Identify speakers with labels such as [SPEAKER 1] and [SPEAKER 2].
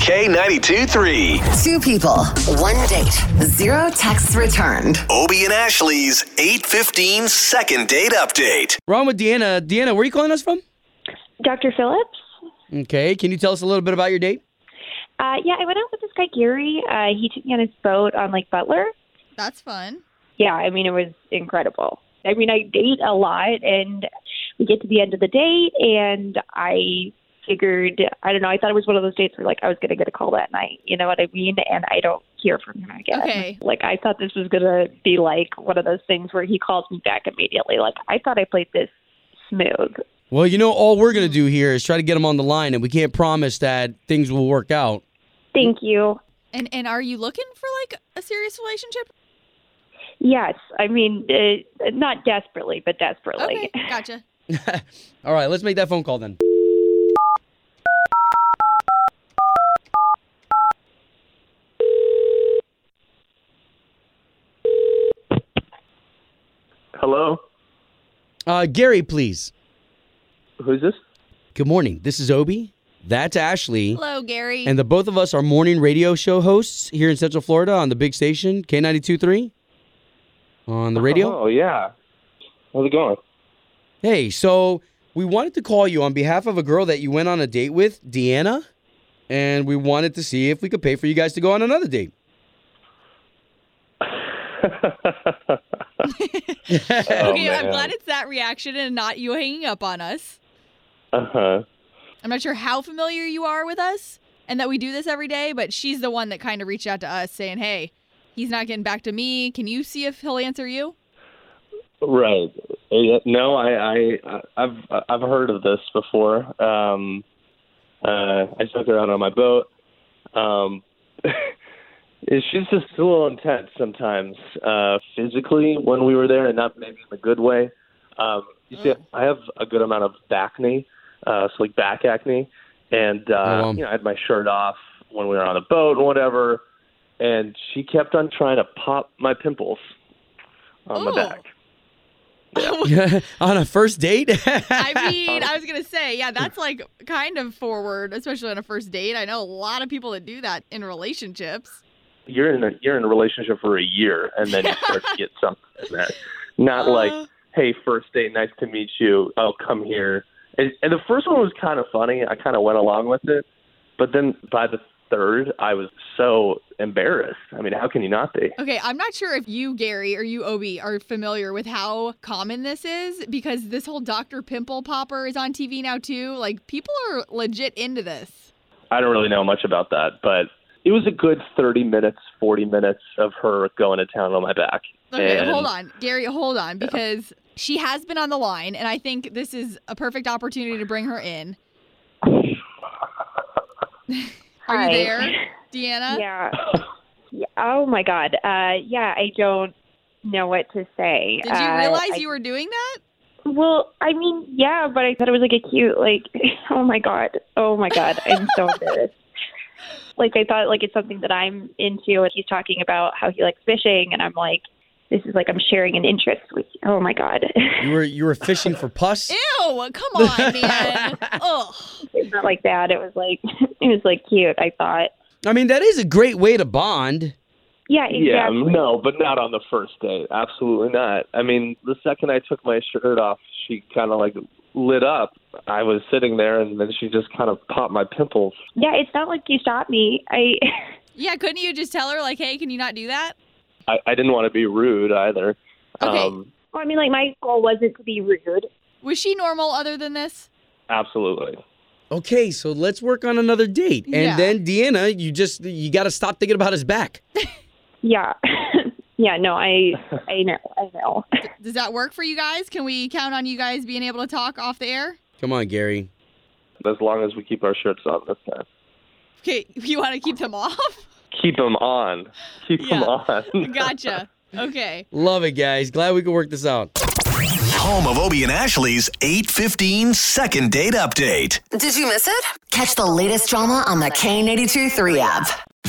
[SPEAKER 1] K92 3.
[SPEAKER 2] Two people, one date, zero texts returned.
[SPEAKER 1] Obie and Ashley's 815 second date update.
[SPEAKER 3] Wrong with Deanna. Deanna, where are you calling us from?
[SPEAKER 4] Dr. Phillips.
[SPEAKER 3] Okay, can you tell us a little bit about your date?
[SPEAKER 4] Uh, yeah, I went out with this guy Gary. Uh, he took me on his boat on Lake Butler.
[SPEAKER 5] That's fun.
[SPEAKER 4] Yeah, I mean it was incredible. I mean I date a lot, and we get to the end of the date, and I figured I don't know. I thought it was one of those dates where like I was gonna get a call that night. You know what I mean? And I don't hear from him again.
[SPEAKER 5] Okay.
[SPEAKER 4] Like I thought this was gonna be like one of those things where he calls me back immediately. Like I thought I played this smooth.
[SPEAKER 3] Well, you know, all we're going to do here is try to get them on the line, and we can't promise that things will work out.
[SPEAKER 4] Thank
[SPEAKER 5] Mm.
[SPEAKER 4] you.
[SPEAKER 5] And and are you looking for like a serious relationship?
[SPEAKER 4] Yes, I mean uh, not desperately, but desperately.
[SPEAKER 5] Okay, gotcha.
[SPEAKER 3] All right, let's make that phone call then.
[SPEAKER 6] Hello,
[SPEAKER 3] Uh, Gary, please.
[SPEAKER 6] who's this?
[SPEAKER 3] Good morning. This is Obi. That's Ashley.
[SPEAKER 5] Hello, Gary.
[SPEAKER 3] And the both of us are morning radio show hosts here in Central Florida on the big station, K92.3 on the radio.
[SPEAKER 6] Oh yeah, how's it going?
[SPEAKER 3] Hey, so we wanted to call you on behalf of a girl that you went on a date with, Deanna, and we wanted to see if we could pay for you guys to go on another date.
[SPEAKER 5] okay, I'm
[SPEAKER 6] Oh, man.
[SPEAKER 5] glad it's that reaction and not you hanging up on us.
[SPEAKER 6] uh huh.
[SPEAKER 5] I'm not sure how familiar you are with us and that we do this every day, but she's the one that kind of reached out to us saying, "Hey, he's not getting back to me. Can you see if he'll answer you?"
[SPEAKER 6] Right. Yeah, No, I, I, I've, I've heard of this before. Um, uh, I took her out on my boat. Um, she's just a little intense sometimes, uh, physically when we were there, and not maybe in a good way. Um, you see,
[SPEAKER 5] Oh.
[SPEAKER 6] I have a good amount of back acne, uh, so like back acne, and uh,
[SPEAKER 3] Oh, wow.
[SPEAKER 6] you know, I had my shirt off when we were on the boat and whatever, and she kept on trying to pop my pimples on
[SPEAKER 5] Ooh.
[SPEAKER 6] my back.
[SPEAKER 3] on a first date?
[SPEAKER 5] I mean, I was going to say, yeah, that's like kind of forward, especially on a first date. I know a lot of people that do that in relationships.
[SPEAKER 6] you're in a you're in a relationship for a year and then you start to get something that not like
[SPEAKER 5] Uh.
[SPEAKER 6] hey first date nice to meet you oh come here and, and the first one was kind of funny i kind of went along with it but then by the third i was so embarrassed i mean how can you not be
[SPEAKER 5] Okay, I'm not sure if you, Gary, or you, Obi, are familiar with how common this is because this whole Dr. Pimple Popper is on TV now, too. Like, people are legit into this.
[SPEAKER 6] i don't really know much about that but it was a good 30 minutes 40 minutes of her going to town on my back
[SPEAKER 5] Okay,
[SPEAKER 6] and
[SPEAKER 5] hold on, Gary, hold on, because she has been on the line, and I think this is a perfect opportunity to bring her in. Are
[SPEAKER 4] Hi.
[SPEAKER 5] you there, Deanna?
[SPEAKER 4] Yeah. yeah. Oh my God. Uh, yeah, I don't know what to say.
[SPEAKER 5] Did you
[SPEAKER 4] Uh,
[SPEAKER 5] realize
[SPEAKER 4] I-
[SPEAKER 5] you were doing that?
[SPEAKER 4] Well, I mean, yeah, but I thought it was like a cute, like, oh my God, oh my God, I'm so embarrassed. Like I thought, like it's something that I'm into, and he's talking about how he likes fishing, and I'm like, this is like I'm sharing an interest with. You. Oh my God.
[SPEAKER 3] you were you were fishing for pus?
[SPEAKER 5] Ew, come on, man. Ugh.
[SPEAKER 4] it's not like that. It was like it was like cute. I thought.
[SPEAKER 3] I mean, that is a great way to bond.
[SPEAKER 4] Yeah. Exactly.
[SPEAKER 6] Yeah, no, but not on the first date. Absolutely not. I mean, the second I took my shirt off, she kind of like lit up. I was sitting there, and then she just kind of popped my pimples.
[SPEAKER 4] Yeah. It's not like you stopped me. I.
[SPEAKER 5] Yeah, couldn't you just tell her, like, hey, can you not do that?
[SPEAKER 6] I, I didn't want to be rude either.
[SPEAKER 5] Okay.
[SPEAKER 6] Um,
[SPEAKER 4] Well, I mean, like my goal wasn't to be rude.
[SPEAKER 5] Was she normal other than this?
[SPEAKER 6] absolutely.
[SPEAKER 3] Okay, so let's work on another date. And
[SPEAKER 5] Yeah.
[SPEAKER 3] then Deanna, you just you got to stop thinking about his back.
[SPEAKER 4] Yeah. yeah, no, I I know, I know.
[SPEAKER 5] Does that work for you guys? Can we count on you guys being able to talk off the air?
[SPEAKER 3] Come on, Gary.
[SPEAKER 6] As long as we keep our shirts on this time.
[SPEAKER 5] Okay, you want to keep them off?
[SPEAKER 6] Keep them on. Keep them
[SPEAKER 5] Yeah.
[SPEAKER 6] on.
[SPEAKER 5] Gotcha. Okay.
[SPEAKER 3] Love it, guys. Glad we could work this out.
[SPEAKER 1] Home of Obie and Ashley's 815 second date update.
[SPEAKER 2] Did you miss it? Catch the latest drama on the K82 3 app.